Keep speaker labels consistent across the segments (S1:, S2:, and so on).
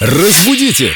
S1: Разбудите!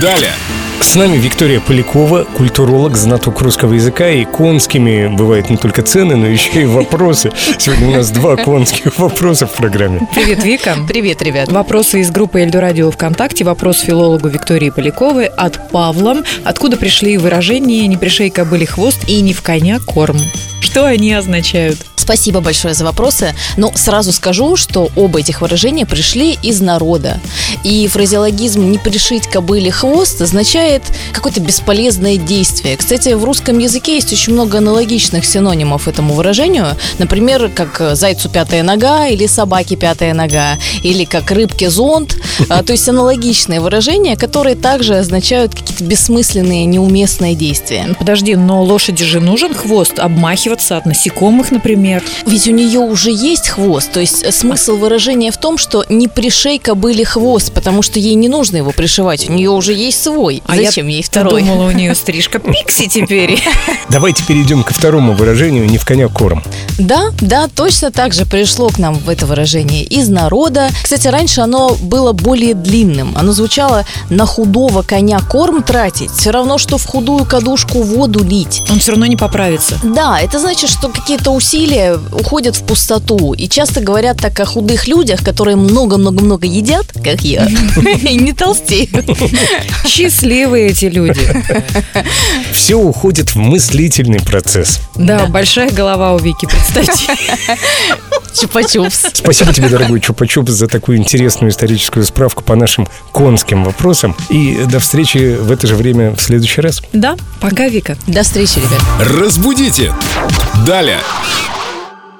S1: Далее!
S2: С нами Виктория Полякова, культуролог, знаток русского языка. И конскими бывают не только цены, но еще и вопросы. Сегодня у нас два конских вопроса в программе.
S3: Привет, Вика.
S4: Привет, ребят.
S3: Вопросы из группы Эльду Радио ВКонтакте. Вопрос филологу Виктории Поляковой от Павла. Откуда пришли выражения «не пришей кобыли хвост» и «не в коня корм»? Что они означают?
S4: Спасибо большое за вопросы. Но сразу скажу, что оба этих выражения пришли из народа. И фразеологизм «не пришить кобыле хвост» означает какое-то бесполезное действие. Кстати, в русском языке есть очень много аналогичных синонимов этому выражению. Например, как «зайцу пятая нога» или «собаке пятая нога», или как «рыбке зонт». А, то есть аналогичные выражения, которые также означают какие-то бессмысленные, неуместные действия.
S3: «Ну, Подожди, но лошади же нужен хвост обмахиваться от насекомых, например.
S4: Ведь у нее уже есть хвост. То есть э, смысл выражения в том, что не пришей кобыле хвост, потому что ей не нужно его пришивать. У нее уже есть свой.
S3: А
S4: Зачем
S3: я
S4: ей второй?
S3: думала, у нее стрижка пикси теперь.
S2: Давайте перейдем ко второму выражению «не в коня корм».
S4: Да, да, точно так же пришло к нам в это выражение из народа. Кстати, раньше оно было более длинным. Оно звучало «на худого коня корм тратить». Все равно, что в худую кадушку воду лить.
S3: Он все равно не поправится.
S4: Да, это значит, что какие-то усилия уходят в пустоту. И часто говорят так о худых людях, которые много-много-много едят, как я, и не толстеют.
S3: Счастливые эти люди.
S2: Все уходит в мыслительный процесс.
S3: Да, большая голова у Вики, представьте.
S4: Чупа-чупс.
S2: Спасибо тебе, дорогой Чупа-Чуп, за такую интересную историческую справку по нашим конским вопросам. И до встречи в это же время в следующий раз.
S3: Да, пока, Вика.
S4: До встречи, ребят.
S1: Разбудите! Далее!